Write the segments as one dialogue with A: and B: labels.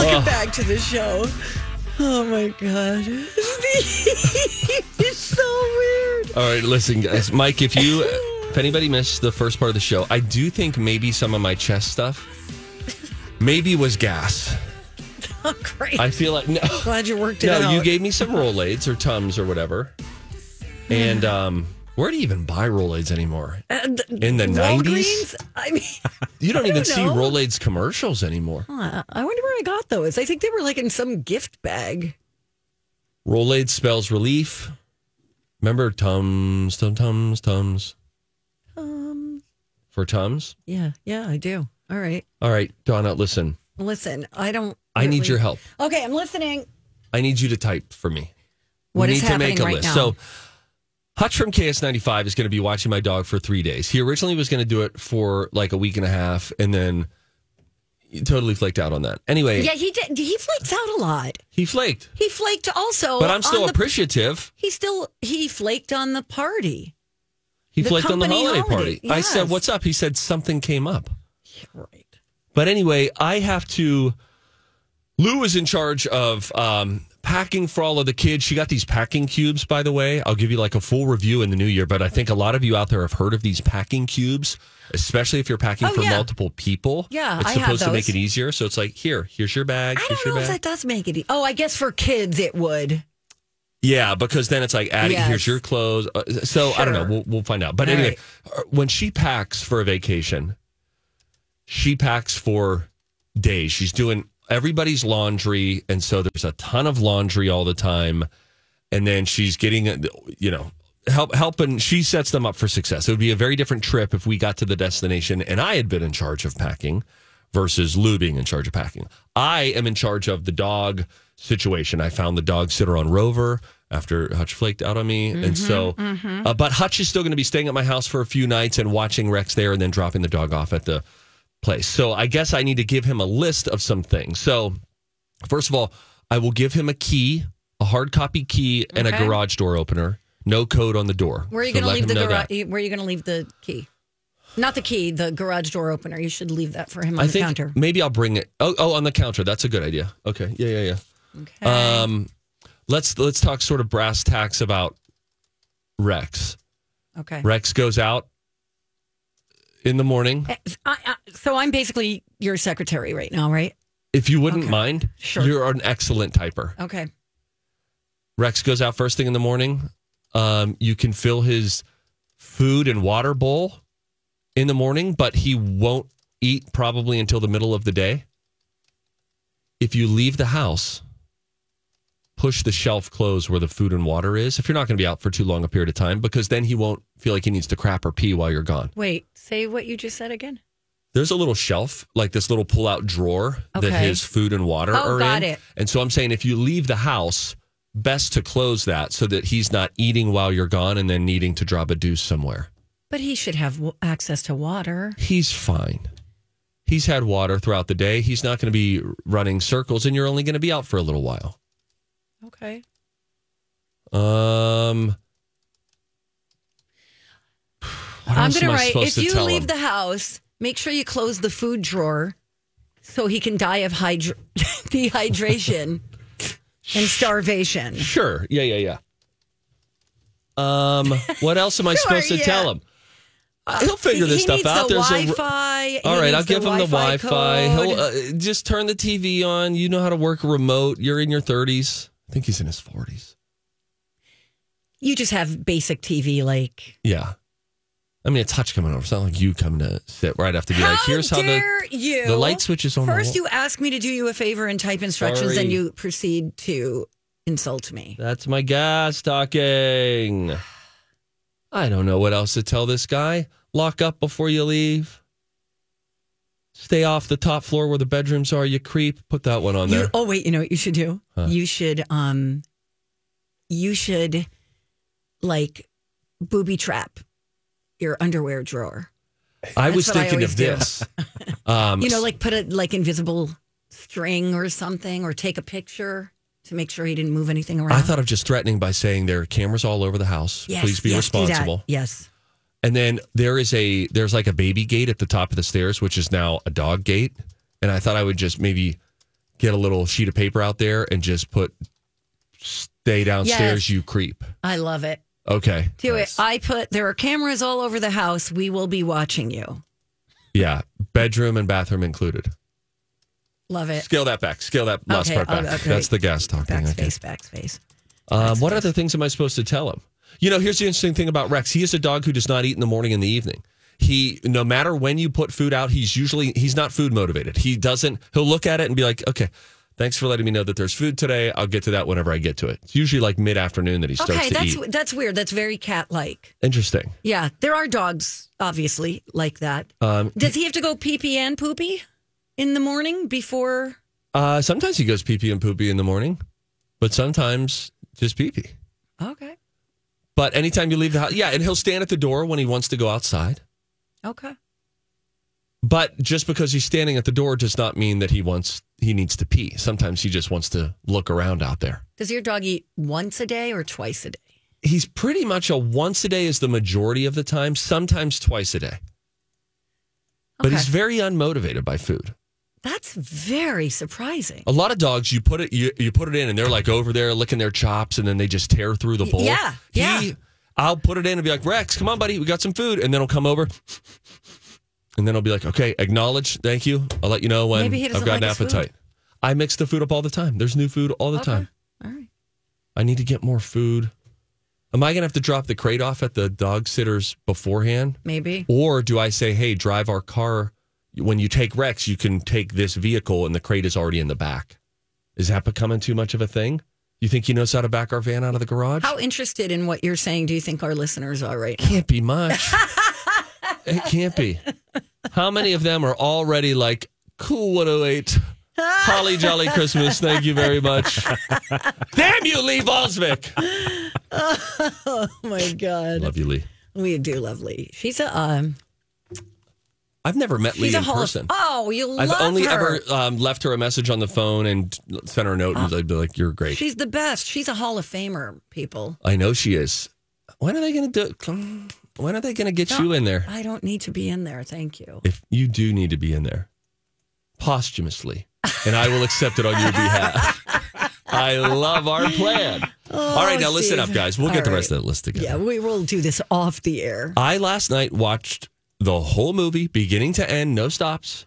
A: back to the show. Oh my god, it's so weird.
B: All right, listen, guys. Mike, if you, if anybody missed the first part of the show, I do think maybe some of my chest stuff maybe was gas.
A: Oh, great.
B: I feel like no.
A: Glad you worked it
B: No,
A: out.
B: you gave me some Rolades or Tums or whatever. And
A: Mm-hmm.
B: um, where do you even buy Rolades anymore?
A: And th-
B: in the 90s?
A: Walgreens? I mean,
B: You don't,
A: I
B: even
A: don't
B: see
A: know.
B: Rolades commercials anymore.
A: huh, I wonder where I got those. I think they were like in some gift bag.
B: Rolade spells relief. Remember Tums, Tums, Tums, Tums
A: Um,
B: for Tums?
A: yeah, yeah, I do. All right.
B: All right, Donna, listen.
A: Listen, I don't.
B: I need
A: really-
B: your help.
A: Okay, I'm listening.
B: I need you to type for me.
A: What
B: we
A: is
B: need to
A: happening
B: make a
A: right
B: list.
A: now?
B: So Hutch from KS95 is going to be watching my dog for three days. He originally was going to do it for like a week and a half and then he totally flaked out on that. Anyway,
A: Yeah, he did. He flakes out a lot.
B: he flaked,
A: He flaked also.
B: but I'm still
A: on the,
B: appreciative.
A: He still he flaked on the party.
B: He
A: The
B: flaked on the
A: company
B: holiday, party.
A: holiday,
B: I said,
A: yes.
B: What's up? He said, Something came up.
A: Right.
B: But anyway, I have to. Lou is in charge of um, packing for all of the kids. She got these packing cubes, by the way. I'll give you like a full review in the new year, but I think a lot of you out there have heard of these packing cubes, especially if you're packing
A: Oh,
B: for
A: yeah.
B: multiple people.
A: Yeah,
B: it's
A: I have
B: supposed to make
A: those.
B: it easier. So it's like, here, here's your bag.
A: I
B: here's
A: don't
B: your
A: know if
B: bag.
A: that does make it. E- oh, I guess for kids it would.
B: Yeah, because then it's like adding
A: Yes.
B: here's your clothes. Uh, so I don't know.
A: Sure.
B: We'll, we'll find out. But
A: All
B: anyway, uh when she packs for a vacation, she packs for days. She's doing everybody's laundry, and so there's a ton of laundry all the time. And then she's getting, uh, you know, help helping. She sets them up for success. It would be a very different trip if we got to the destination and I had been in charge of packing versus Lou being in charge of packing. I am in charge of the dog situation. I found the dog sitter on Rover after Hutch flaked out on me. and so, uh, but Hutch is still going to be staying at my house for a few nights and watching Rex there and then dropping the dog off at the place. So I guess I need to give him a list of some things. So, first of all, I will give him a key, a hard copy key, and a
A: Okay.
B: garage door opener. No code on the door.
A: Where are you
B: So
A: going to
B: let
A: leave
B: him
A: the
B: know
A: garage?
B: that.
A: Where are you going to leave the key? Not the key, the garage door opener. You should leave that for him on
B: I
A: the
B: think
A: counter.
B: maybe I'll bring it. Oh, oh, on the counter. That's a good idea. Okay. Yeah, yeah, yeah.
A: Okay.
B: Um, let's let's talk sort of brass tacks about Rex.
A: okay.
B: Rex goes out in the morning.
A: I, Eh, I, so I'm basically your secretary right now, right?
B: If you wouldn't
A: Okay.
B: mind,
A: Sure.
B: you're an excellent typer.
A: Okay.
B: Rex goes out first thing in the morning. Um, you can fill his food and water bowl in the morning, but he won't eat probably until the middle of the day. If you leave the house, push the shelf closed where the food and water is. If you're not going to be out for too long a period of time, because then he won't feel like he needs to crap or pee while you're gone.
A: Wait. Say what you just said again.
B: There's a little shelf, like this little pull-out drawer that
A: Okay.
B: his food and water
A: Oh,
B: are
A: got
B: in.
A: it.
B: And so I'm saying if you leave the house, best to close that so that he's not eating while you're gone and then needing to drop a deuce somewhere.
A: But he should have w- access to water.
B: He's fine. He's had water throughout the day. He's not going to be running circles and you're only going to be out for a little while.
A: Okay.
B: Um what
A: I'm
B: else
A: going
B: am
A: to
B: I
A: write
B: supposed
A: if
B: to
A: you
B: tell
A: leave
B: him?
A: the house, make sure you close the food drawer so he can die of hydr- dehydration and starvation.
B: Sure. Yeah, yeah, yeah. Um, what else am I
A: Sure,
B: supposed to
A: yeah.
B: tell him? Uh, He'll figure
A: he,
B: this
A: he
B: stuff
A: needs
B: out.
A: The
B: There's a-
A: Wi-Fi.
B: All
A: he
B: right,
A: needs
B: I'll give him the Wi-Fi.
A: code.
B: He'll uh, just turn the TV on. You know how to work a remote. You're in your 30s. I think he's in his 40s.
A: you just have basic TV, like.
B: Yeah. I mean, it's Hutch coming over. It's not like you coming to sit right after. Be like, here's how the
A: dare you?
B: the light switch is on. the
A: First,
B: wall."
A: you ask me to do you a favor and type instructions,
B: Sorry.
A: and you proceed to insult me.
B: That's my gas talking. I don't know what else to tell this guy. Lock up before you leave. Stay off the top floor where the bedrooms are. You creep. Put that one on
A: You,
B: there.
A: oh wait, you know what you should do? You should um, you should like booby trap your underwear drawer.
B: I was
A: what I
B: thinking
A: always
B: of
A: do.
B: this. Um,
A: You know, like put a like invisible string or something, or take a picture to make sure he didn't move anything around.
B: I thought of just threatening by saying there are cameras all over the house.
A: Yes,
B: Please be
A: yes, do that.
B: responsible.
A: Yes.
B: And then there is a there's like a baby gate at the top of the stairs, which is now a dog gate. And I thought I would just maybe get a little sheet of paper out there and just put stay downstairs,
A: Yes.
B: you creep.
A: I love it.
B: Okay.
A: Do
B: Nice.
A: it. I put there are cameras all over the house. We will be watching you.
B: Yeah. Bedroom and bathroom included.
A: Love it.
B: Scale that back. Scale that last
A: Okay,
B: part back.
A: oh, okay.
B: That's the gas talking. Okay.
A: Backspace, backspace.
B: Um, what other things am I supposed to tell him? You know, here's the interesting thing about Rex. He is a dog who does not eat in the morning and the evening. He, no matter when you put food out, he's usually he's not food motivated. He doesn't. He'll look at it and be like, okay. Thanks for letting me know that there's food today. I'll get to that whenever I get to it. It's usually like mid afternoon that he starts
A: Okay,
B: to
A: that's
B: eat.
A: that's weird. That's very cat like.
B: Interesting.
A: Yeah, there are dogs obviously like that.
B: Um,
A: Does he have to go pee pee and poopy in the morning before?
B: uh, sometimes he goes pee pee and poopy in the morning, but sometimes just pee pee.
A: Okay,
B: But anytime you leave the house, yeah, and he'll stand at the door when he wants to go outside.
A: okay.
B: But just because he's standing at the door does not mean that he wants he needs to pee. Sometimes he just wants to look around out there.
A: Does your dog eat once a day or twice a day?
B: He's pretty much a once a day is the majority of the time, sometimes twice a day. But
A: Okay.
B: he's very unmotivated by food.
A: That's very surprising.
B: A lot of dogs, you put it you, you put it in, and they're like over there licking their chops, and then they just tear through the bowl.
A: yeah, yeah.
B: I'll put it in and be like, Rex, come on, buddy, we got some food, and then he'll come over, and then I'll be like, okay, acknowledge, thank you. I'll let you know when
A: Maybe he doesn't
B: I've got
A: like
B: an
A: his food.
B: appetite. I mix the food up all the time. There's new food all the time.
A: All right.
B: I need to get more food. Am I gonna have to drop the crate off at the dog sitters beforehand?
A: Maybe.
B: Or do I say, hey, drive our car? When you take Rex, you can take this vehicle and the crate is already in the back. Is that becoming too much of a thing? You think he knows how to back our van out of the garage?
A: How interested in what you're saying do you think our listeners are right now?
B: Can't be much. it can't be. How many of them are already like, cool 108, holly jolly Christmas, thank you very much. Damn you, Lee Boswick.
A: Oh my God.
B: Love you, Lee.
A: We do love Lee. She's a um
B: I've never met
A: she's
B: Lee
A: a
B: in
A: whole
B: person.
A: Oh, you love
B: I've only
A: her. Ah.
B: ever um, left her a message on the phone and sent her a note, and I'd be like, "You're great."
A: She's the best. She's a Hall of Famer, people.
B: I know she is. When are they going to do? Come, when are they going to get you in there?
A: I don't need to be in there. Thank you.
B: If you do need to be in there, posthumously, and I will accept it on your behalf. I love our plan. All right, now listen
A: Steve.
B: up, guys. We'll get
A: Oh, All
B: the rest
A: right.
B: of that list together.
A: Yeah, we will do this off the air.
B: I last night watched the whole movie, beginning to end, no stops,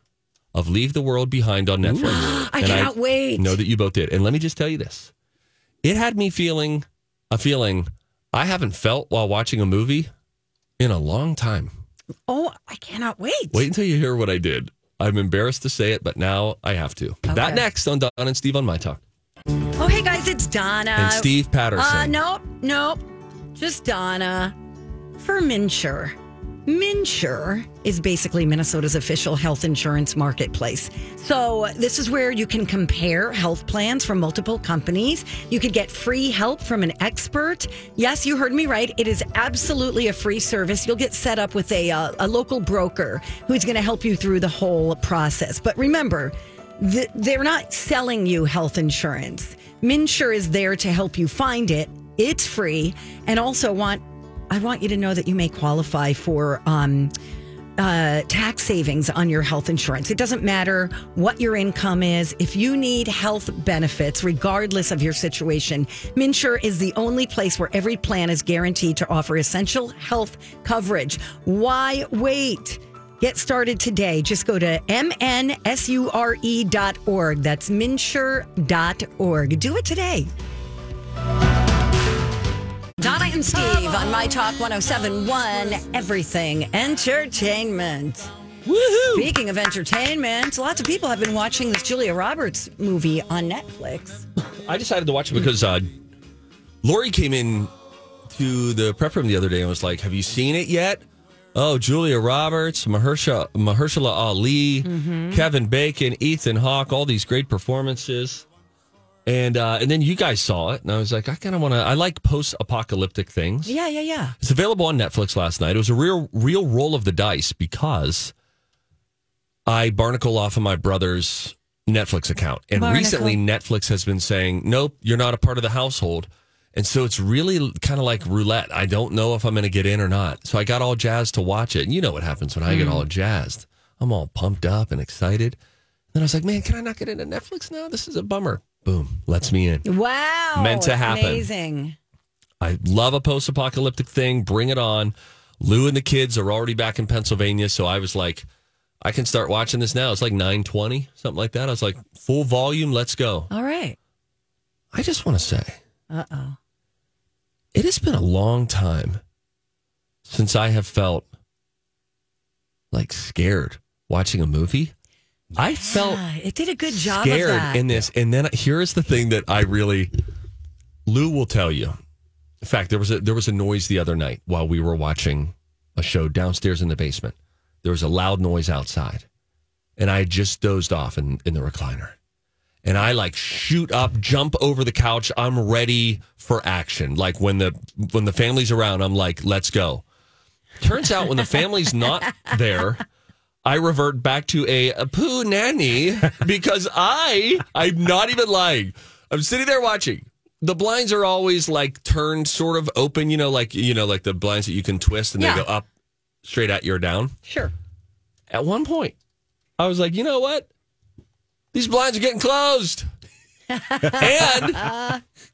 B: of Leave the World Behind on Netflix.
A: I
B: And
A: cannot wait.
B: Know that you both did. And let me just tell you this. It had me feeling a feeling I haven't felt while watching a movie in a long time.
A: Oh, I cannot wait.
B: Wait until you hear what I did. I'm embarrassed to say it, but now I have to. That
A: Okay.
B: next on Don and Steve on My Talk.
A: Oh, hey guys, it's Donna.
B: And Steve Patterson.
A: Uh, nope, nope. Just Donna for Minsure. Minsure is basically Minnesota's official health insurance marketplace. So, this is where you can compare health plans from multiple companies. You could get free help from an expert. Yes, you heard me right. It is absolutely a free service. You'll get set up with a, uh, a local broker who's going to help you through the whole process. But remember, th- they're not selling you health insurance. Minsure is there to help you find it. It's free, and also want I want you to know that you may qualify for um, uh, tax savings on your health insurance. It doesn't matter what your income is. If you need health benefits, regardless of your situation, Minsure is the only place where every plan is guaranteed to offer essential health coverage. Why wait? Get started today. Just go to mnsure.org. E That's minsure.org. Do it today. Donna and Steve on My Talk 1071 Everything Entertainment.
B: Woohoo!
A: Speaking of entertainment, lots of people have been watching this Julia Roberts movie on Netflix.
B: I decided to watch it because uh, Lori came in to the prep room the other day and was like, "Have you seen it yet?" Oh, Julia Roberts, Mahershala, Mahershala Ali, Kevin Bacon, Ethan Hawke, all these great performances. And uh, and then you guys saw it, and I was like, I kind of want to. I like post-apocalyptic things.
A: Yeah, yeah, yeah.
B: It's available on Netflix last night. It was a real real roll of the dice because I barnacle off of my brother's Netflix account. And
A: Barnacle.
B: recently Netflix has been saying, "Nope, you're not a part of the household." And so it's really kind of like roulette. I don't know if I'm going to get in or not. So I got all jazzed to watch it. And you know what happens when I get all jazzed. I'm all pumped up and excited. Then I was like, man, can I not get into Netflix now? This is a bummer. Boom, lets me in.
A: Wow.
B: Meant to happen.
A: Amazing.
B: I love a post apocalyptic thing. Bring it on. Lou and the kids are already back in Pennsylvania, so I was like, I can start watching this now. It's like 920, something like that. I was like, full volume, let's go.
A: All right.
B: I just want to say,
A: Uh oh.
B: it has been a long time since I have felt like scared watching a movie. I felt
A: it did a good job of
B: scared
A: that.
B: in this. And then here is the thing that I really Lou will tell you. In fact, there was a there was a noise the other night while we were watching a show downstairs in the basement. There was a loud noise outside. And I just dozed off in, in the recliner. And I like shoot up, jump over the couch. I'm ready for action. Like when the when the family's around, I'm like, let's go. Turns out when the family's not there, I revert back to a, a poo nanny because I I'm not even lying. I'm sitting there watching. The blinds are always like turned sort of open, you know, like you know, like the blinds that you can twist and
A: Yeah.
B: they go up straight at you or down.
A: sure.
B: At one point, I was like, you know what? These blinds are getting closed. and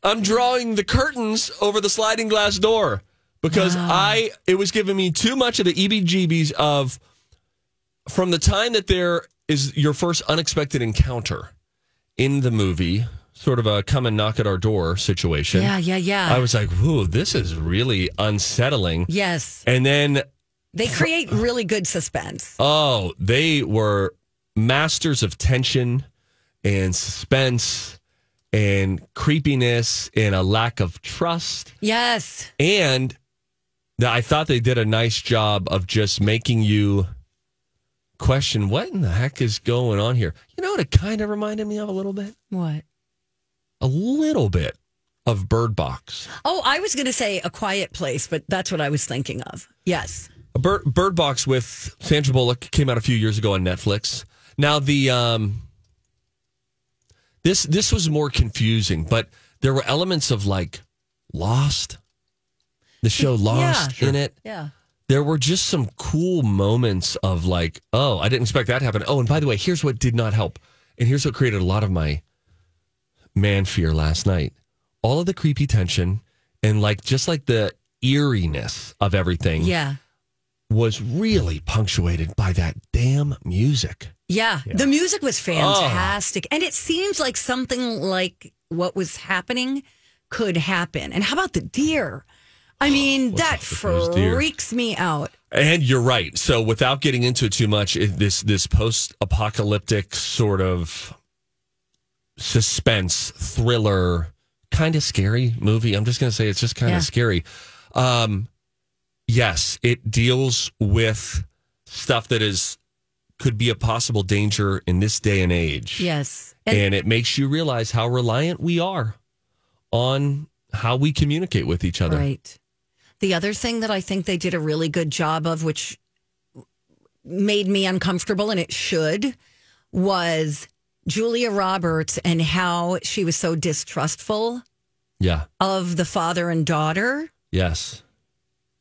B: I'm drawing the curtains over the sliding glass door because I it was giving me too much of the EBGBs of from the time that there is your first unexpected encounter in the movie, sort of a come and knock at our door situation.
A: Yeah, yeah, yeah.
B: I was like, whoa, this is really unsettling.
A: yes.
B: And then
A: They create really good suspense.
B: Oh, they were masters of tension and suspense and creepiness and a lack of trust.
A: Yes.
B: And th- I thought they did a nice job of just making you question what in the heck is going on here. You know what it kind of reminded me of a little bit?
A: What?
B: A little bit of Bird Box.
A: Oh, I was going to say a quiet place, but that's what I was thinking of. Yes.
B: A Bird, Bird Box with Sandra Bullock came out a few years ago on Netflix. Now the um, this this was more confusing, but there were elements of like Lost, the show Lost in it.
A: Yeah.
B: There were just some cool moments of like, oh, I didn't expect that to happen. Oh, and by the way, here's what did not help, and here's what created a lot of my man fear last night. All of the creepy tension and like just like the eeriness of everything
A: Yeah.
B: was really punctuated by that damn music.
A: Yeah. The music
B: Oh.
A: was fantastic. And it seems like something like what was happening could happen. And how about the deer?
B: Oh,
A: I mean, that
B: those deer?
A: freaks me out.
B: And you're right. So without getting into it too much, it, this this post-apocalyptic sort of suspense thriller kind of scary movie. I'm just going to say it's just kind
A: Yeah.
B: of scary. Um yes, it deals with stuff that is could be a possible danger in this day and age.
A: Yes.
B: and, it makes you realize how reliant we are on how we communicate with each other.
A: Right. The other thing that I think they did a really good job of, which made me uncomfortable, and it should, was Julia Roberts and how she was so distrustful
B: Yeah.
A: of the father and daughter
B: Yes.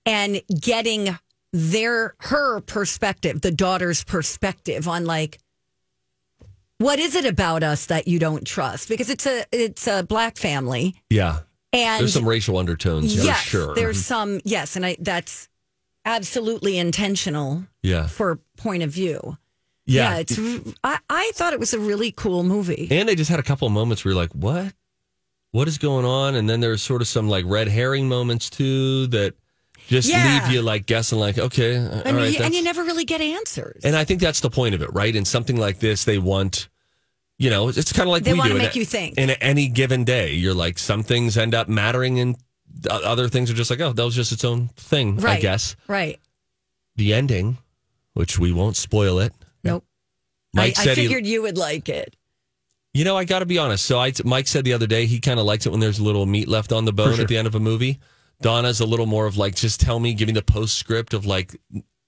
A: and getting their her perspective, the daughter's perspective on like what is it about us that you don't trust? Because it's a it's a black family
B: Yeah.
A: and
B: There's some racial undertones
A: yes,
B: for sure. Mm-hmm.
A: There's some yes, and I that's absolutely intentional
B: yeah.
A: for point of view.
B: yeah.
A: it's I, I thought it was a really cool movie.
B: and they just had a couple of moments where you're like, what? What is going on? And then there's sort of some like red herring moments too that just
A: Yeah.
B: leave you like guessing, like, okay, uh, all right.
A: and, you, and
B: that's-
A: you never really get answers.
B: And I think that's the point of it, right? In something like this, they want, you know, it's kind of like
A: They
B: we
A: wanna
B: do. In
A: make
B: a-
A: you think.
B: In a- any given day, you're like, some things end up mattering and o- other things are just like, oh, that was just its own thing,
A: right.
B: I guess.
A: Right.
B: The ending, which we won't spoil it.
A: Nope.
B: Mike
A: I, I
B: said he,
A: figured you would like it.
B: you know, I got to be honest. So I, Mike said the other day, he kind of likes it when there's a little meat left on the bone at the end of a movie. Donna's a little more of like, just tell me, give me the postscript of like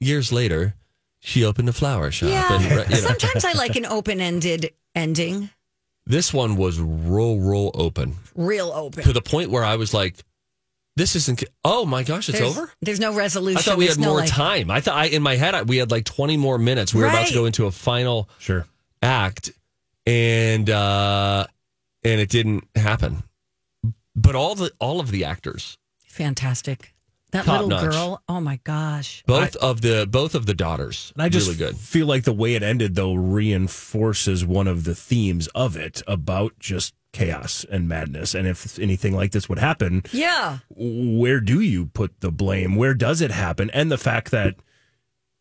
B: years later, she opened a flower shop.
A: Yeah.
B: And, you know.
A: Sometimes I like an open ended ending,
B: This one was roll, roll open
A: real open.
B: to the point where I was like, "This isn't." Oh my gosh, it's
A: there's,
B: over.
A: There's no resolution.
B: I thought we
A: There's
B: had
A: no,
B: more
A: like-
B: time. I thought I in my head I, we had like twenty more minutes. We were about
A: Right.
B: to go into a final
C: Sure.
B: act, and uh, and it didn't happen. But all the all of the actors,
A: Fantastic. That
B: Top
A: little
B: notch.
A: girl. Oh my gosh.
B: both of the both of the daughters,
C: And I just
B: really good.
C: feel like the way it ended, though, reinforces one of the themes of it about just chaos and madness. And if anything like this would happen,
A: Yeah.
C: where do you put the blame? Where does it happen? And the fact that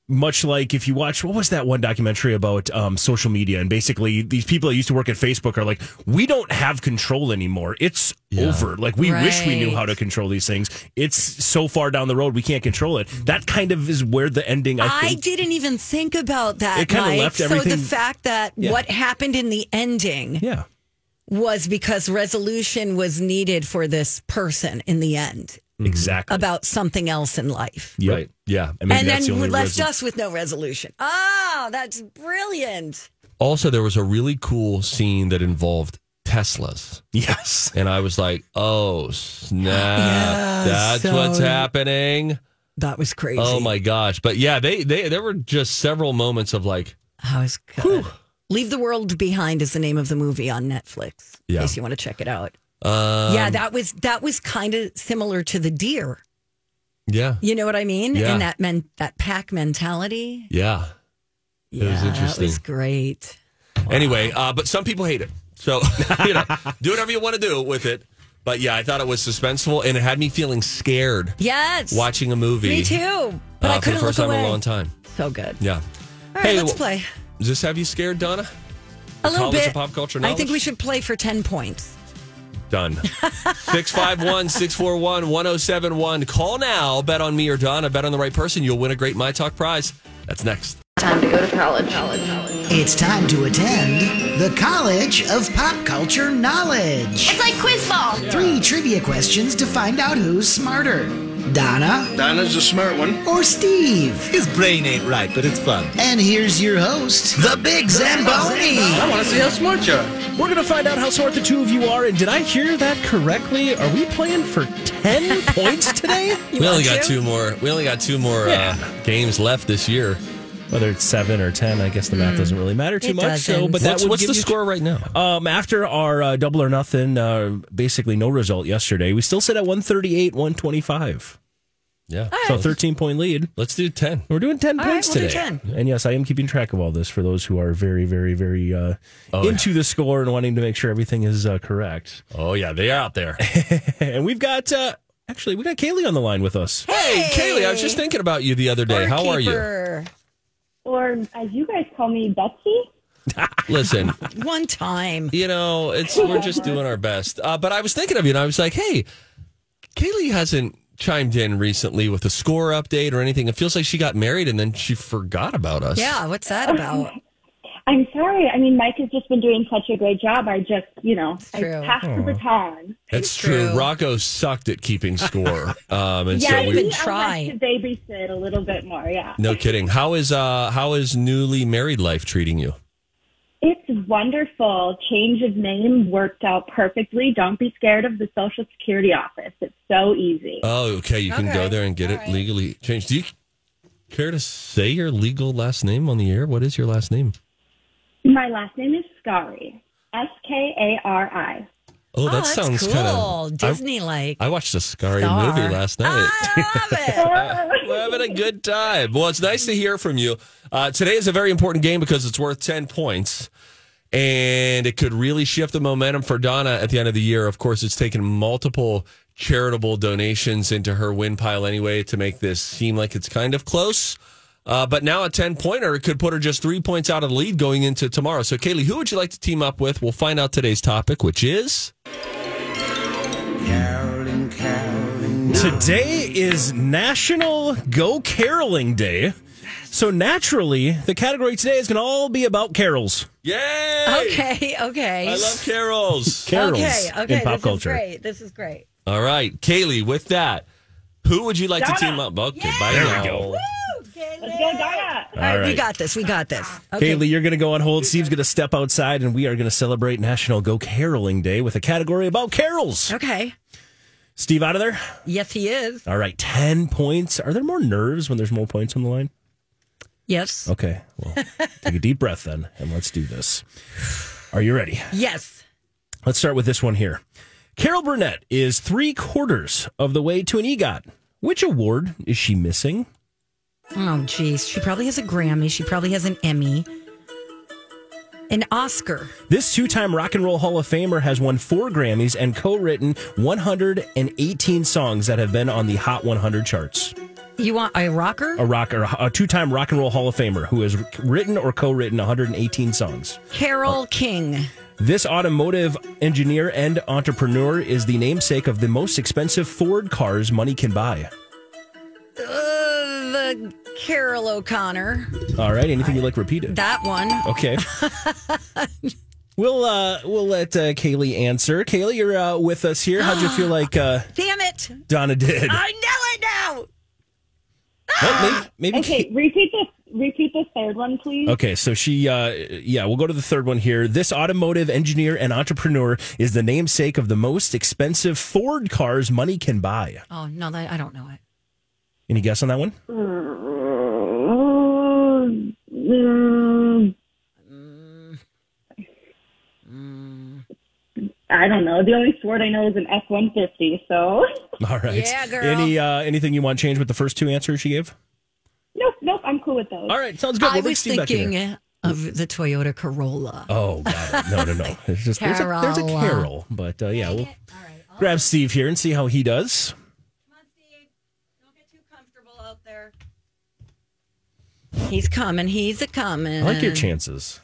C: much like if you watch what was that one documentary about um, social media and basically these people that used to work at facebook are like we don't have control anymore it's over like we wish we knew
A: Right.
C: how to control these things it's so far down the road we can't control it that kind of is where the ending i,
A: I
C: think
A: didn't even think about that.
C: It kinda
A: Mike.
C: left
A: So
C: everything-
A: the fact that
C: Yeah.
A: what happened in the ending
C: yeah Mm-hmm.
A: was because resolution was needed for this person in the end
C: exactly
A: about something else in life.
C: Yep.
B: Right? Yeah.
C: I mean,
A: and
C: that's
A: then
C: the only
A: left
C: reason-
A: us with no resolution. Oh, that's brilliant.
B: Also, there was a really cool scene that involved Teslas.
C: yes
B: And I was like, oh, snap.
A: Yeah,
B: That's
A: so-
B: what's happening.
A: That was crazy.
B: Oh my gosh. But yeah, they, they there were just several moments of like,
A: That was good. Leave the World Behind is the name of the movie on Netflix.
B: Yeah.
A: In case you want to check it out.
B: uh,
A: yeah, that was that was kind of similar to the deer.
B: yeah,
A: You know what I mean?
B: Yeah.
A: And that meant that pack mentality.
B: yeah.
A: Yeah,
B: was
A: that was
B: interesting.
A: great.
B: Anyway, uh, but some people hate it. So, you know, do whatever you want to do with it. But yeah, I thought it was suspenseful and it had me feeling scared
A: Yes,
B: watching a movie.
A: me too. But
B: uh,
A: I
B: for
A: couldn't
B: the first
A: look
B: time
A: away.
B: in a long time.
A: So good.
B: Yeah.
A: All right,
B: Hey,
A: let's
B: well,
A: play
B: Does this have you scared, Donna?
A: a little
B: College
A: bit.
B: of Pop Culture
A: I think
B: Knowledge?
A: we should play for ten points.
B: Done. 651 641 1071. Call now. Bet on me or Donna. Bet on the right person. You'll win a great My Talk prize. That's next.
D: Time to go to college. college.
E: It's time to attend the College of Pop Culture Knowledge.
D: It's like quiz ball.
E: Three trivia questions to find out who's smarter Donna
F: Dinah's a smart one.
E: or Steve.
G: His brain ain't right, but it's fun.
E: And here's your host, the Big Zamboni.
F: I want to see how smart you are.
C: we're gonna find out how smart the two of you are and did i hear that correctly are we playing for 10 points today
A: You
B: we only
A: want
B: got
A: to?
B: two more. We only got two more
C: Yeah.
B: uh, games left this year.
C: whether it's seven or ten, I guess the math doesn't really matter too
A: Hmm. It
C: much. So,
A: doesn't.
C: but
B: What's,
C: that would
B: what's
C: give
B: the
C: you-
B: score right now?
C: Um, after our uh, double or nothing, uh, basically no result yesterday, we still sit at one thirty eight, one twenty five.
B: Yeah.
C: So thirteen point lead.
B: Let's do 10.
C: We're doing ten
A: All right,
C: points
A: we'll do
C: today.
A: 10.
C: And yes, I am keeping track of all this for those who are very, very, very uh, into the score and wanting to make sure everything is uh, correct.
B: Oh, yeah. They are out there.
C: And we've got uh, actually we got Kaylee on the line with us.
B: hey, Kaylee, I was just thinking about you the other day. How are you?
A: Scorekeeper.
H: or as you guys call me, Betsy.
B: Listen,
A: One time.
B: you know, it's we're just doing our best. Uh, but I was thinking of you, and I was like, hey, Kaylee hasn't chimed in recently with a score update or anything. It feels like she got married and then she forgot about us.
A: Yeah, what's that about?
B: Oh,
H: I'm sorry. I mean, Mike has just been doing such a great job. I just, you know, I
A: true.
H: passed the baton.
B: that's true.
A: true.
B: Rocco sucked at keeping score, um, and
H: yeah,
B: so
A: even
B: we.
H: maybe
A: try.
H: I like to babysit a little bit more. Yeah,
B: No kidding. How is uh how is newly married life treating you?
H: it's wonderful. Change of name worked out perfectly. Don't be scared of the Social Security office. It's so easy.
B: Oh, okay. You can go there and get it legally changed. Do you care to say your legal last name on the air? What is your last name?
H: My last name is Skari. S K A R I.
B: Oh, that
A: that's
B: sounds
A: cool.
B: kind of
A: Disney like.
B: I watched a Scary
A: Star. Ah,
B: movie last night.
A: I love it.
B: We're having a good time. Well, it's nice to hear from you. Uh, today is a very important game because it's worth 10 points. And it could really shift the momentum for Donna at the end of the year. Of course, it's taken multiple charitable donations into her win pile anyway to make this seem like it's kind of close. Uh, but now a 10 pointer could put her just three points out of the lead going into tomorrow. So, Kaylee, who would you like to team up with? We'll find out today's topic, which is.
C: Today is National Go Caroling Day. So naturally, the category today is going to all be about carols.
B: Yay!
A: Okay, okay.
B: I love carols.
C: Carols
A: okay, okay.
C: in pop
A: this
C: culture.
A: is great. This is great.
B: All right, Kaylee, with that, who would you like to
H: Donna.
B: team up? Okay, bye there we go.
H: Let's go, Donna.
A: All right, we
C: right.
A: got this. We got this. Okay.
C: Kaylee, you're going to go on hold. Steve's going to step outside, and we are going to celebrate National Go Caroling Day with a category about carols.
A: Okay.
C: Steve, out of there.
A: Yes, he is.
C: All right, 10 points. Are there more nerves when there's more points on the line?
A: Yes.
C: Okay. Well, take a deep breath then, and let's do this. Are you ready?
A: Yes.
C: Let's start with this one here. Carol Burnett is three quarters of the way to an EGOT. Which award is she missing?
A: Oh, geez. She probably has a Grammy. She probably has an Emmy, an Oscar.
C: This two time Rock and Roll Hall of Famer has won four Grammys and co written 118 songs that have been on the Hot 100 charts.
A: You want a rocker?
C: A rock or a two time Rock and Roll Hall of Famer who has written or co written 118 songs.
A: Carol King.
C: This automotive engineer and entrepreneur is the namesake of the most expensive Ford cars money can buy.
A: Uh, the Carol O'Connor.
C: All right, anything you like repeated?
A: That one.
C: Okay. we'll uh we'll let uh, Kaylee answer. Kaylee, you're uh, with us here. How'd you feel like uh,
A: Damn it.
C: Donna did?
A: I know it now.
C: Well, may- maybe,
H: Okay, repeat the repeat the third one, please.
C: Okay, so she, uh, yeah, we'll go to the third one here. This automotive engineer and entrepreneur is the namesake of the most expensive Ford cars money can buy.
A: Oh, no, that, I don't know it.
C: Any guess on that one?
H: Mm, I don't know. The only sword I know is an F one fifty. So
C: All right.
A: Yeah, girl.
C: Any uh, anything you want changed with the first two answers she gave?
H: nope, nope. I'm cool with those.
C: All right, sounds good.
A: I
C: We'll bring
A: was
C: Steve back in here.
A: thinking of the Toyota Corolla.
C: Oh, got it. No, no, no. It's just, there's, a, there's a
A: Carol.
C: Carol, but uh, yeah, we'll grab Steve here and see how he does.
A: He's coming. He's a coming.
C: I like your chances.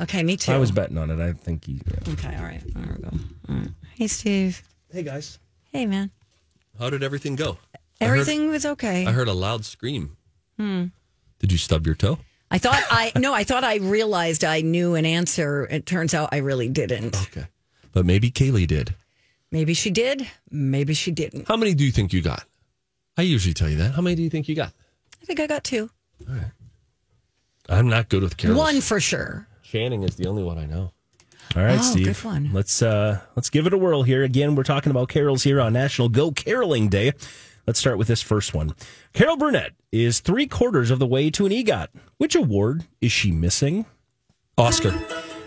A: Okay, me Uh, too.
C: I was betting on it. I think he.
A: Okay, all right. There we go. All right. Hey, Steve.
B: Hey guys,
A: Hey, man.
B: how did everything go?
A: Everything was okay.
B: I heard a loud scream. Did you stub your toe?
A: I thought I no, I thought I realized I knew an answer. It turns out I really didn't.
B: Okay, but maybe Kaylee did.
A: Maybe she did. Maybe she didn't.
B: How many do you think you got? I usually tell you that. How many do you think you got?
A: I think I got two.
B: I'm not good with carols.
A: One for sure.
B: Channing is the only one I know.
C: All right,
A: Oh,
C: Steve.
A: good one.
C: Let's uh, let's give it a whirl here. Again, we're talking about carols here on National Go Caroling Day. Let's start with this first one. Carol Burnett is three quarters of the way to an EGOT. Which award is she missing?
B: Oscar,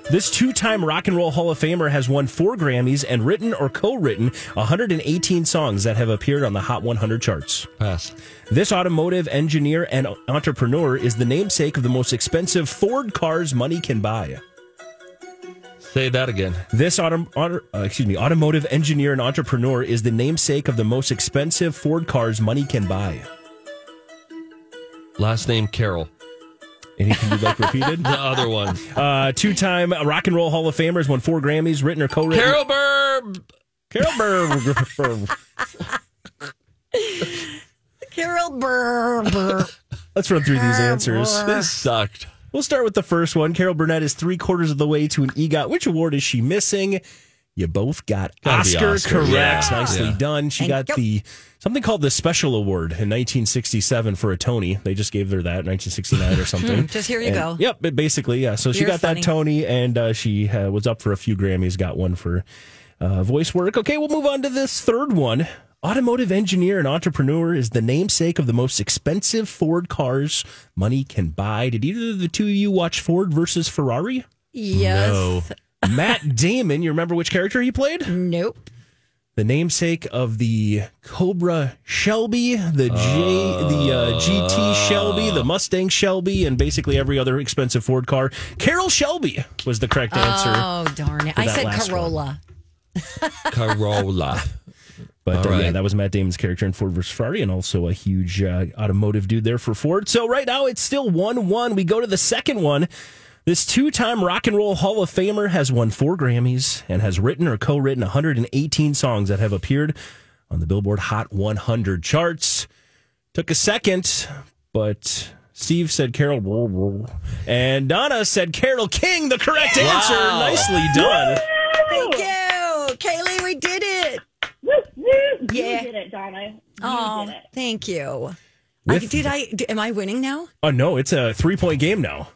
C: This two time Rock and Roll Hall of Famer has won four Grammys and written or co written 118 songs that have appeared on the Hot 100 charts.
B: pass.
C: This automotive engineer and entrepreneur is the namesake of the most expensive Ford cars money can buy.
B: Say that again.
C: This autom- auto- uh, excuse me, automotive engineer and entrepreneur is the namesake of the most expensive Ford cars money can buy.
B: Last name Carol.
C: Anything you'd like repeated?
B: The other one.
C: Uh, two-time Rock and Roll Hall of Famers won four Grammys, written or co-written.
B: Carol Burb.
C: Carol Burr.
A: Carol Burr. Burr.
C: Let's run through these answers.
B: This sucked.
C: We'll start with the first one. Carol Burnett is three quarters of the way to an E EGOT. Which award is she missing? You both got
B: Gotta be
C: Oscar,
B: Oscar.
C: correct.
B: Yeah.
C: Nicely
B: Yeah.
C: done. She
A: Thank
C: got the something called the Special Award in 1967 for a Tony. They just gave her that 1969 or something.
A: Just here you
C: And-
A: go.
C: Yep, but basically, yeah. So she
A: You're
C: got
A: funny.
C: that Tony, and uh, she uh, was up for a few Grammys. Got one for uh, voice work. Okay, we'll move on to this third one. Automotive engineer and entrepreneur is the namesake of the most expensive Ford cars money can buy. Did either of the two of you watch Ford versus Ferrari? Oh.
A: Yes.
B: No.
C: Matt Damon, you remember which character he played?
A: Nope.
C: the namesake of the Cobra Shelby, the J, the uh, GT Shelby, the Mustang Shelby, and basically every other expensive Ford car. Carol Shelby was the correct answer,
A: Oh darn it! I
C: that
A: said
C: last one.
A: Corolla.
B: Carola.
C: but uh,
B: all
C: yeah,
B: right.
C: that was Matt Damon's character in Ford vs Ferrari, and also a huge uh, automotive dude there for Ford. So right now it's still one-one. We go to the second one. This two-time Rock and Roll Hall of Famer has won four Grammys and has written or co-written 118 songs that have appeared on the Billboard Hot 100 charts. Took a second, but Steve said Carol, Roll, roll. and Donna said Carol King. The correct answer. Nicely done.
A: Thank you, Kaylee. We did it.
H: Woo, woo.
A: Yeah.
H: You did it, Donna. You
A: Oh,
H: did it.
A: thank you. I,
C: With-
A: did I? d- Am I winning now?
C: Oh no, it's a three-point game now.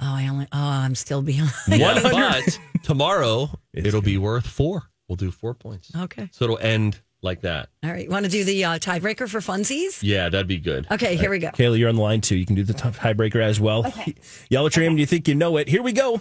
A: Oh, I only. Oh, I'm still behind.
B: Yeah, but tomorrow it'll be worth four. We'll do four points.
A: okay.
B: So it'll end like that.
A: All right. Want to do the uh, tiebreaker for funsies?
B: Yeah, that'd be good.
A: Okay, here we go.
C: Kayla, you're on the line too. You can do the top tiebreaker as well. Yellow Tram, do you think you know it? Here we go.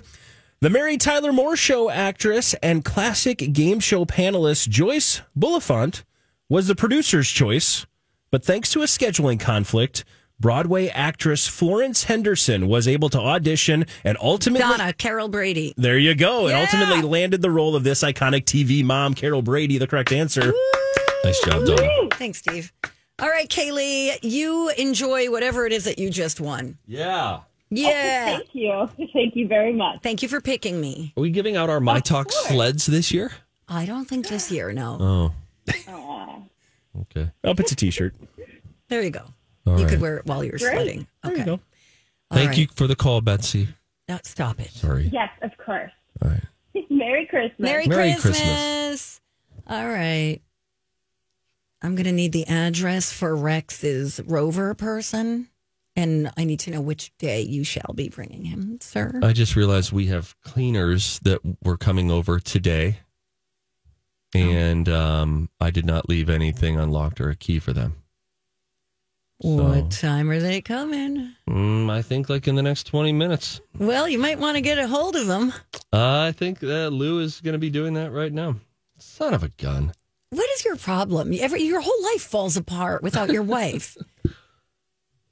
C: The Mary Tyler Moore Show actress and classic game show panelist Joyce Bulifant was the producer's choice, but thanks to a scheduling conflict, Broadway actress Florence Henderson was able to audition and ultimately.
A: Donna, Carol Brady.
C: There you go. It ultimately landed the role of this iconic TV mom, Carol Brady, the correct answer.
B: Nice job, Donna.
A: Thanks, Steve. All right, Kaylee, you enjoy whatever it is that you just won.
B: Yeah.
A: Yeah.
H: Oh, Thank you. Thank you very much.
A: Thank you for picking me.
B: Are we giving out our My Talk sleds this year? Oh.
A: I don't think this year, no.
B: Okay.
C: Up, Oh, it's a t shirt.
A: There you go.
B: All
A: you
B: right.
A: could wear it while you're sledding. Okay.
C: go.
A: All
B: Thank
A: right.
B: you for the call, Betsy.
A: Now stop it.
B: Sorry.
H: Yes, of course.
B: All right.
H: Merry Christmas.
A: Merry,
B: Merry
A: Christmas.
B: Christmas.
A: All right. I'm going to need the address for Rex's rover person, and I need to know which day you shall be bringing him, sir.
B: I just realized we have cleaners that were coming over today,
A: Oh.
B: and um, I did not leave anything unlocked or a key for them.
A: What time are they coming?
B: Mm, I think like in the next twenty minutes.
A: Well, you might want to get a hold of them.
B: Uh, I think uh, Lou is going to be doing that right now. Son of a gun.
A: What is your problem? Every your whole life falls apart without your wife.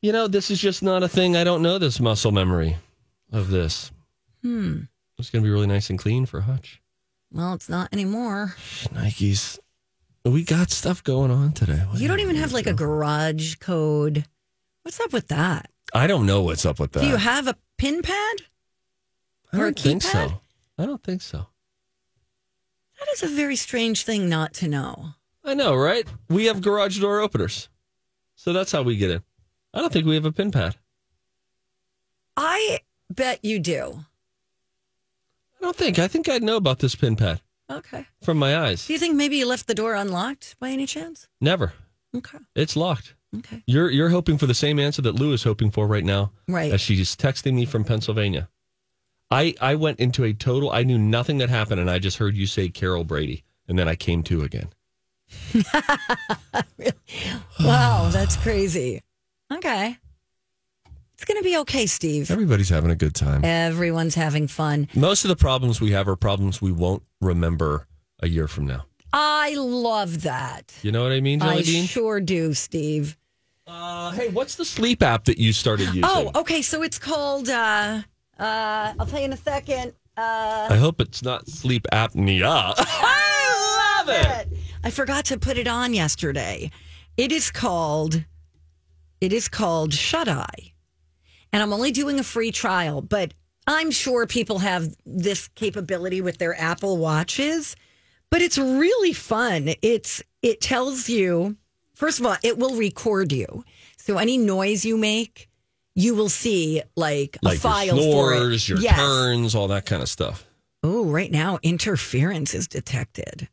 B: You know, this is just not a thing. I don't know this muscle memory of this. Hmm. It's going to be really nice and clean for Hutch.
A: Well, it's not anymore.
B: Nikes. We got stuff going on today.
A: You don't even have like a garage code. What's up with that?
B: I don't know what's up with that.
A: Do you have a pin pad? or a
B: I don't think so.
A: keypad?
B: I don't think so.
A: That is a very strange thing not to know.
B: I know, right? We have garage door openers. So that's how we get in. I don't think we have a pin pad.
A: I bet you do.
B: I don't think. I think I'd know about this pin pad
A: Okay.
B: from my eyes.
A: Do you think maybe you left the door unlocked by any chance?
B: Never.
A: Okay.
B: It's locked.
A: Okay.
B: You're you're hoping for the same answer that Lou is hoping for right now.
A: Right.
B: As she's texting me from Pennsylvania. I I went into a total I knew nothing that happened and I just heard you say Carol Brady and then I came to again.
A: Wow, that's crazy. Okay. It's going to be okay, Steve.
B: Everybody's having a good time.
A: Everyone's having fun.
B: Most of the problems we have are problems we won't remember a year from now.
A: I love that.
B: You know what I mean, Jelly
A: I
B: Bean?
A: sure do, Steve.
B: Uh, hey, what's the sleep app that you started using?
A: Oh, okay. So it's called, uh, uh, I'll tell you in a second. Uh,
B: I hope it's not sleep apnea.
A: I love it. I forgot to put it on yesterday. It is called it is called Shut Eye. And I'm only doing a free trial, but I'm sure people have this capability with their Apple Watches. But it's really fun. It's it tells you first of all, it will record you. So any noise you make, you will see like, a
B: like
A: file
B: your snores,
A: for it.
B: your
A: Yes.
B: turns, all that kind of stuff.
A: Oh, right now interference is detected.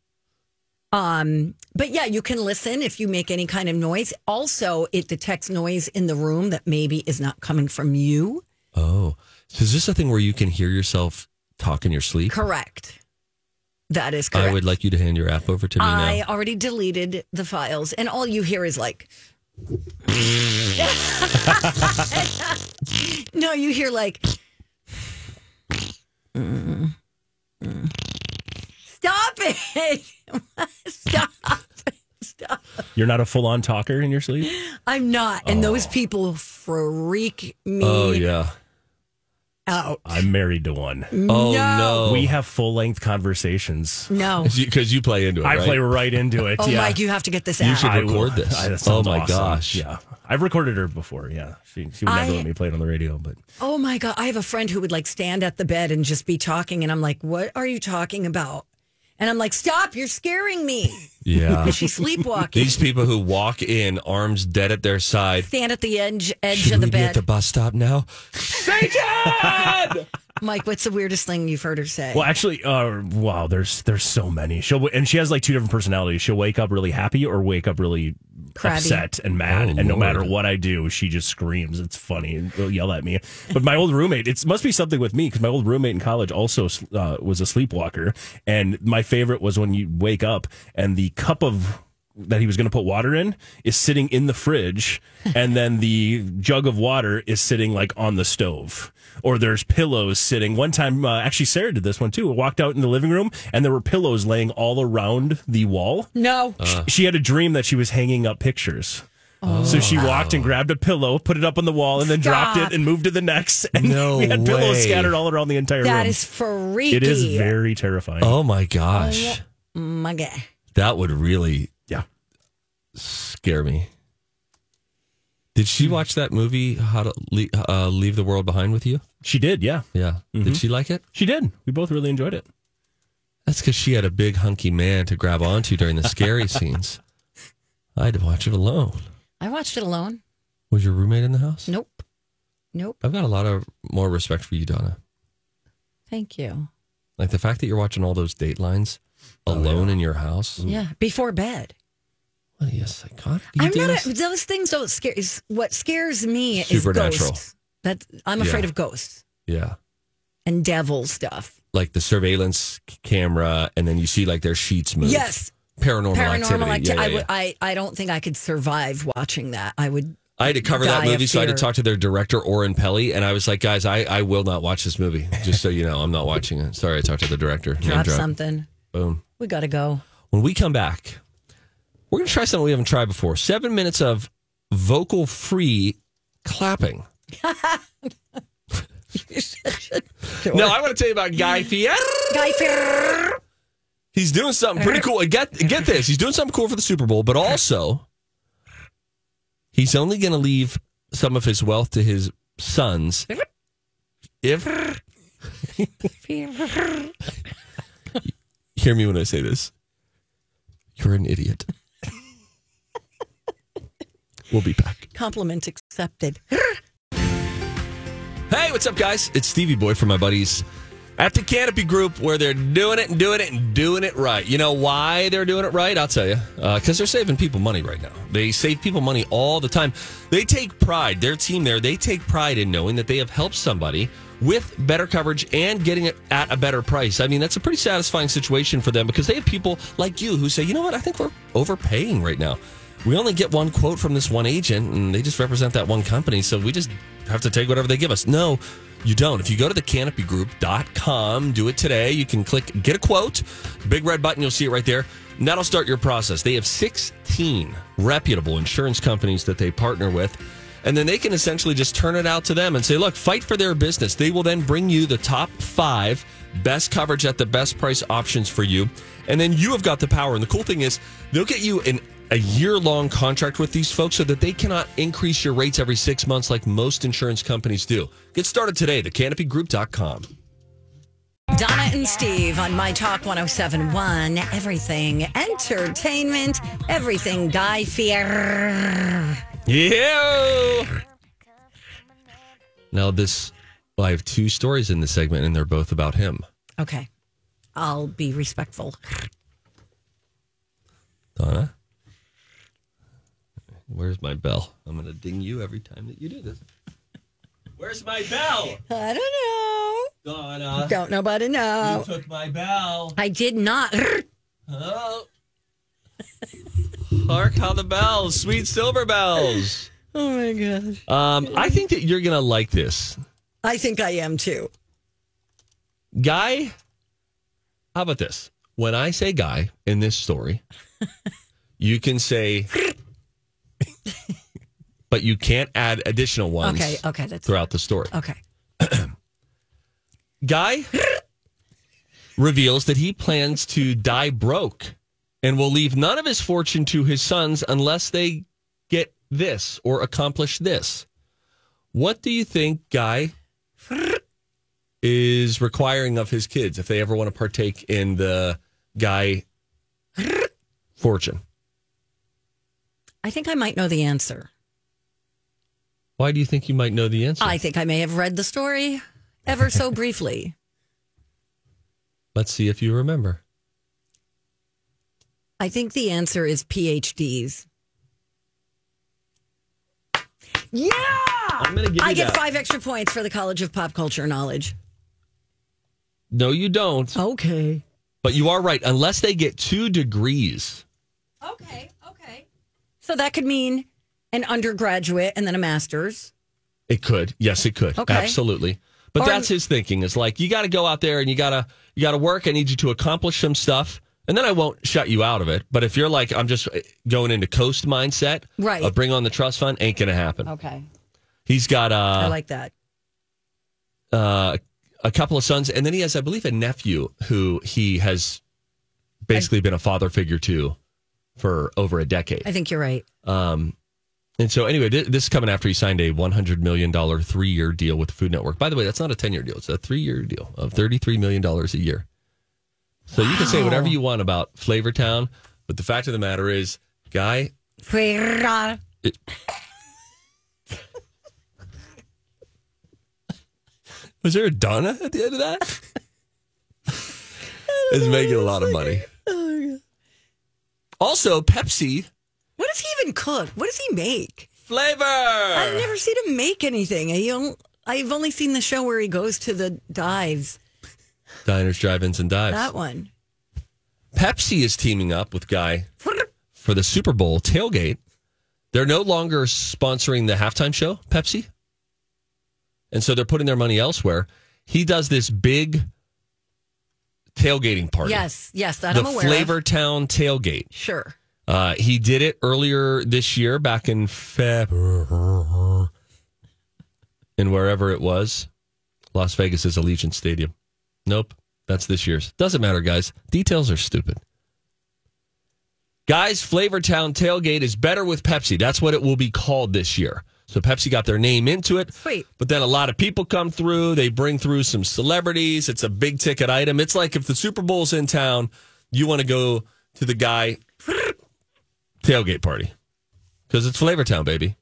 A: Um, but yeah, you can listen if you make any kind of noise. Also, it detects noise in the room that maybe is not coming from you.
B: Oh, so is this a thing where you can hear yourself talk in your sleep?
A: Correct. That is correct.
B: I would like you to hand your app over to me
A: I
B: now.
A: already deleted the files, and all you hear is like. no, you hear like. Mm, mm. Stop it! Stop. Stop.
C: You're not a full on talker in your sleep?
A: I'm not. And those people freak me
B: Oh yeah.
A: out.
C: I'm married to one.
B: Oh no.
C: We have full length conversations.
A: No.
B: because you play into it.
C: I
B: right?
C: play right into it.
A: Oh,
C: yeah.
A: Mike, you have to get this
B: You
A: out.
B: should
C: I
B: record
C: will.
B: this.
C: I- that
B: oh
C: sounds
B: my
C: awesome.
B: gosh.
C: Yeah. I've recorded her before. Yeah. She, she would never
A: I-
C: let me play it on the radio, but
A: Oh my God. I have a friend who would like stand at the bed and just be talking. And I'm like, what are you talking about? And I'm like, stop, you're scaring me.
B: Yeah.
A: Is she sleepwalking?
B: These people who walk in, arms dead at their side.
A: stand at the edge edge
B: Should
A: of the
B: we be at
A: bed.
B: the bus stop now?
A: Mike, what's the weirdest thing you've heard her say?
C: well, actually, uh, wow, there's there's so many. She'll and she has like two different personalities. She'll wake up really happy or wake up really
A: Crabby.
C: upset and mad.
B: Oh,
C: and no
B: Lord.
C: matter what I do, she just screams. It's funny and will yell at me. But my old roommate, it must be something with me because my old roommate in college also uh, was a sleepwalker. And my favorite was when you wake up and the cup of that he was going to put water in is sitting in the fridge, and then the jug of water is sitting like on the stove. Or there's pillows sitting. One time, uh, actually, Sarah did this one too. Walked out in the living room, and there were pillows laying all around the wall.
A: No.
B: Uh,
C: She had a dream that she was hanging up pictures. So she
B: Oh.
C: walked and grabbed a pillow, put it up on the wall, and then dropped
A: Stop.
C: it and moved to the next. And
B: No
C: we had pillows
B: way.
C: scattered all around the entire room.
A: That is freaky.
C: It is very terrifying.
B: Oh my gosh.
A: My God.
B: That would really
C: Yeah.
B: scare me. Did
C: Hmm.
B: she watch that movie, How to Le- uh, Leave the World Behind with You?
C: She did, yeah.
B: Yeah.
C: Mm-hmm.
B: Did she like it?
C: She did. We both really enjoyed it.
B: That's because she had a big hunky man to grab onto during the scary scenes. I had to watch it alone.
A: I watched it alone.
B: Was your roommate in the house?
A: Nope. Nope.
B: I've got a lot of more respect for you, Donna.
A: Thank you.
B: Like the fact that you're watching all those datelines
A: Oh,
B: alone in your house.
A: Yeah. Before bed.
B: What are you, psychotic? You
A: Mm. I'm
B: do
A: not. A,
B: this?
A: those things don't scare. Is what scares me is
B: Supernatural.
A: ghosts. That I'm
B: Yeah.
A: afraid of ghosts
B: yeah.
A: and devil stuff.
B: Like the surveillance c- camera, and then you see like their sheets move.
A: Yes.
B: Paranormal,
A: Paranormal
B: activity.
A: activity.
B: Yeah, yeah,
A: I,
B: yeah.
A: would, I I don't think I could survive watching that. I would.
B: I had to cover that
A: die of
B: movie, so I had to
A: fear.
B: talk to their director, Oren Pelly, and I was like, guys, I, I will not watch this movie. Just so you know, I'm not watching it. Sorry, I talked to the director. Name
A: Drop
B: drop.
A: something.
B: Boom.
A: We got to go.
B: When we come back, we're going to try something we haven't tried before. Seven minutes of vocal free clapping. No, I want to tell you about Guy Fieri.
A: Guy Fier-
B: He's doing something pretty cool. And Get get this. He's doing something cool for the Super Bowl, but also he's only going to leave some of his wealth to his sons if Hear me when I say this. You're an idiot. we'll be back.
A: Compliment accepted.
B: Hey, what's up, guys? It's Stevie Boy from my buddies at the Canopy Group, where they're doing it and doing it and doing it right. You know why they're doing it right? I'll tell you. Because they're saving people money right now. They save people money all the time. They take pride, their team there, they take pride in knowing that they have helped somebody with better coverage and getting it at a better price. I mean, that's a pretty satisfying situation for them because they have people like you who say, you know what, I think we're overpaying right now we only get one quote from this one agent and they just represent that one company so we just have to take whatever they give us no you don't if you go to the canopygroup.com do it today you can click get a quote big red button you'll see it right there and that'll start your process they have 16 reputable insurance companies that they partner with and then they can essentially just turn it out to them and say look fight for their business they will then bring you the top five best coverage at the best price options for you and then you have got the power and the cool thing is they'll get you an a year long contract with these folks so that they cannot increase your rates every six months like most insurance companies do. Get started today, thecanopygroup.com.
A: Donna and Steve on My Talk 1071. Everything entertainment, everything Guy Fier.
B: Yeah. Now, this, well, I have two stories in this segment, and they're both about him.
A: Okay. I'll be respectful.
B: Donna, where's my bell? I'm going to ding you every time that you do this. Where's my bell?
A: I don't
B: Donna,
A: know. Don't nobody know.
B: you took my bell.
A: I did not.
B: Oh. Hark how the bells, sweet silver bells.
A: Oh my gosh.
B: Um, I think that you're gonna like this.
A: I think I am too.
B: Guy, how about this? When I say guy in this story, you can say but you can't add additional ones
A: Okay. uh, Okay. That's
B: throughout the story.
A: okay.
B: Guy reveals that he plans to die broke and will leave none of his fortune to his sons unless they get this or accomplish this. What do you think Guy is requiring of his kids if they ever want to partake in the Guy fortune?
A: I think I might know the answer.
B: Why do you think you might know the answer?
A: I think I may have read the story ever so briefly.
B: Let's see if you remember.
A: I think the answer is PhDs. Yeah!
B: I'm going to give you
A: I get
B: that.
A: five extra points for the College of Pop Culture Knowledge.
B: No, you don't.
A: Okay.
B: But you are right. Unless they get two degrees.
A: Okay. So that could mean an undergraduate and then a master's.
B: It could. Yes, it could.
A: Okay.
B: Absolutely. But
A: Or-
B: that's his thinking. Is like you got to go out there and you got to you got to work. I need you to accomplish some stuff, and then I won't shut you out of it. But if you're like I'm just going into coast mindset,
A: Right.
B: of bring on the trust fund, ain't gonna happen.
A: Okay.
B: He's got
A: I
B: uh,
A: like that.
B: uh, a couple of sons, and then he has, I believe, a nephew who he has basically been a father figure to for over a decade.
A: I think you're right.
B: Um, and so, anyway, thi- this is coming after he signed a $100 million three year deal with the Food Network. By the way, that's not a 10 year deal, it's a three year deal of $33 million a year. So, you can say whatever you want about Flavor Town, but the fact of the matter is, Guy,
A: Ferrara.
B: was there a Donna at the end of that? is making a lot of money.
A: oh,
B: Also, Pepsi
A: What does he even cook? What does he make?
B: flavor.
A: I've never seen him make anything. I don't, I've only seen the show where he goes to the dives.
B: Diners, drive ins, and dives.
A: That one.
B: Pepsi is teaming up with Guy for the Super Bowl tailgate. They're no longer sponsoring the halftime show, Pepsi. And so they're putting their money elsewhere. He does this big tailgating party.
A: Yes, yes, that
B: The
A: I'm aware of.
B: Flavor Town tailgate.
A: Sure.
B: Uh, he did it earlier this year, back in February, in wherever it was, Las Vegas's Allegiant Stadium. Nope, that's this year's. Doesn't matter, guys. Details are stupid. Guys, Flavortown tailgate is better with Pepsi. That's what it will be called this year. So Pepsi got their name into it.
A: Sweet.
B: But then a lot of people come through. They bring through some celebrities. It's a big ticket item. It's like if the Super Bowl's in town, you want to go to the guy tailgate party because it's Flavortown, baby.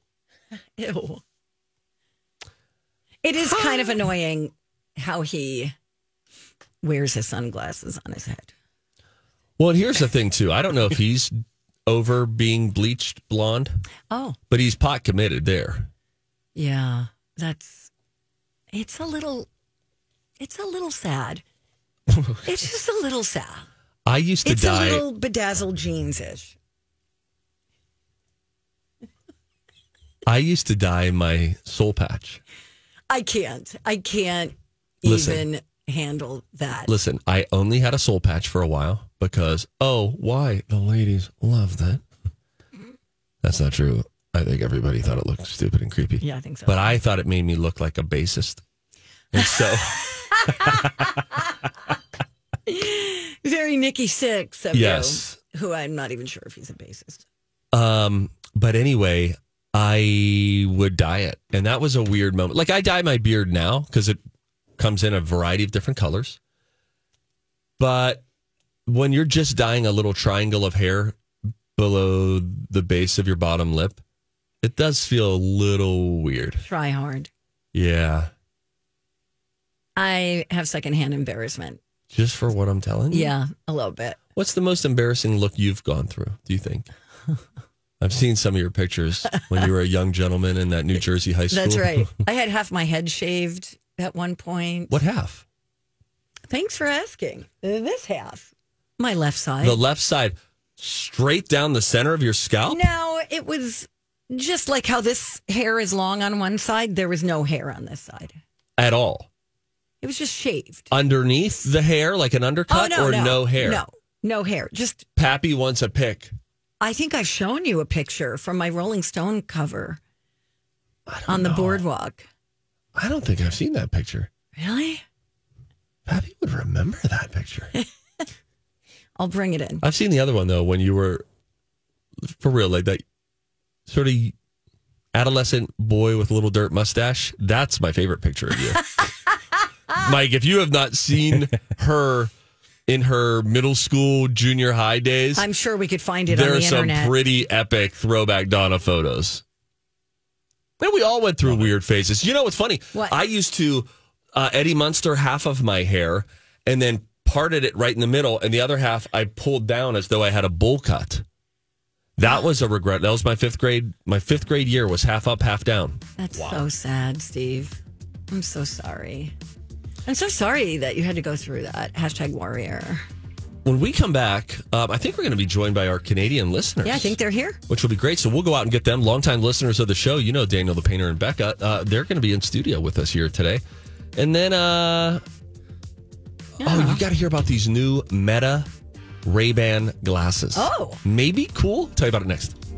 A: Ew. It is kind of annoying how he wears his sunglasses on his head.
B: Well, and here's the thing too. I don't know if he's over being bleached blonde,
A: Oh,
B: but he's pot committed there.
A: yeah. That's it's a little it's a little sad. it's just a little sad.
B: I used to
A: It's a
B: die.
A: little bedazzled jeans ish.
B: I used to dye my soul patch.
A: I can't. I can't
B: Listen.
A: even handle that.
B: Listen, I only had a soul patch for a while because oh, why the ladies love that. That's not true. I think everybody thought it looked stupid and creepy.
A: Yeah, I think so.
B: But I thought it made me look like a bassist. And so
A: Very Nikki Six of
B: Yes.
A: you, who I'm not even sure if he's a bassist.
B: Um, but anyway, I would dye it, and that was a weird moment. Like I dye my beard now because it comes in a variety of different colors. But when you're just dyeing a little triangle of hair below the base of your bottom lip, it does feel a little weird.
A: Try hard.
B: Yeah,
A: I have secondhand embarrassment.
B: just for what I'm telling you.
A: Yeah, a little bit.
B: What's the most embarrassing look you've gone through? Do you think? I've seen some of your pictures when you were a young gentleman in that New Jersey high school.
A: That's right. I had half my head shaved at one point.
B: What half?
A: Thanks for asking. Uh, This half, my left side.
B: the left side straight down the center of your scalp?
A: no, it was just like how this hair is long on one side. There was no hair on this side.
B: At all.
A: It was just shaved.
B: Underneath the hair, like an undercut, or Oh, no, hair?
A: Oh, No, no hair. Just
B: Pappy wants a pick.
A: I think I've shown you a picture from my Rolling Stone cover on the boardwalk.
B: I don't think I've seen that picture.
A: Really?
B: Pappy would remember that picture.
A: I'll bring it in.
B: I've seen the other one, though, when you were, for real, like that sort of adolescent boy with a little dirt mustache. That's my favorite picture of you. Mike, if you have not seen her in her middle school, junior high days,
A: I'm sure we could find it
B: there
A: on the
B: are some
A: internet.
B: pretty epic throwback Donna photos. Man, we all went through weird phases. You know what's funny?
A: What?
B: I used to uh, Eddie Munster half of my hair and then parted it right in the middle, and the other half I pulled down as though I had a bowl cut. That was a regret. That was my fifth grade. My fifth grade year was half up, half down.
A: That's so sad, Steve. I'm so sorry. I'm so sorry that you had to go through that. Hashtag warrior.
B: When we come back, um, I think we're going to be joined by our Canadian listeners.
A: Yeah, I think they're here.
B: which will be great. So we'll go out and get them. Longtime listeners of the show, you know Daniel the Painter and Becca. Uh, they're going to be in studio with us here today. And then, uh, oh, you got to hear about these new Meta Ray Ban glasses.
A: Oh.
B: maybe cool. Tell you about it next.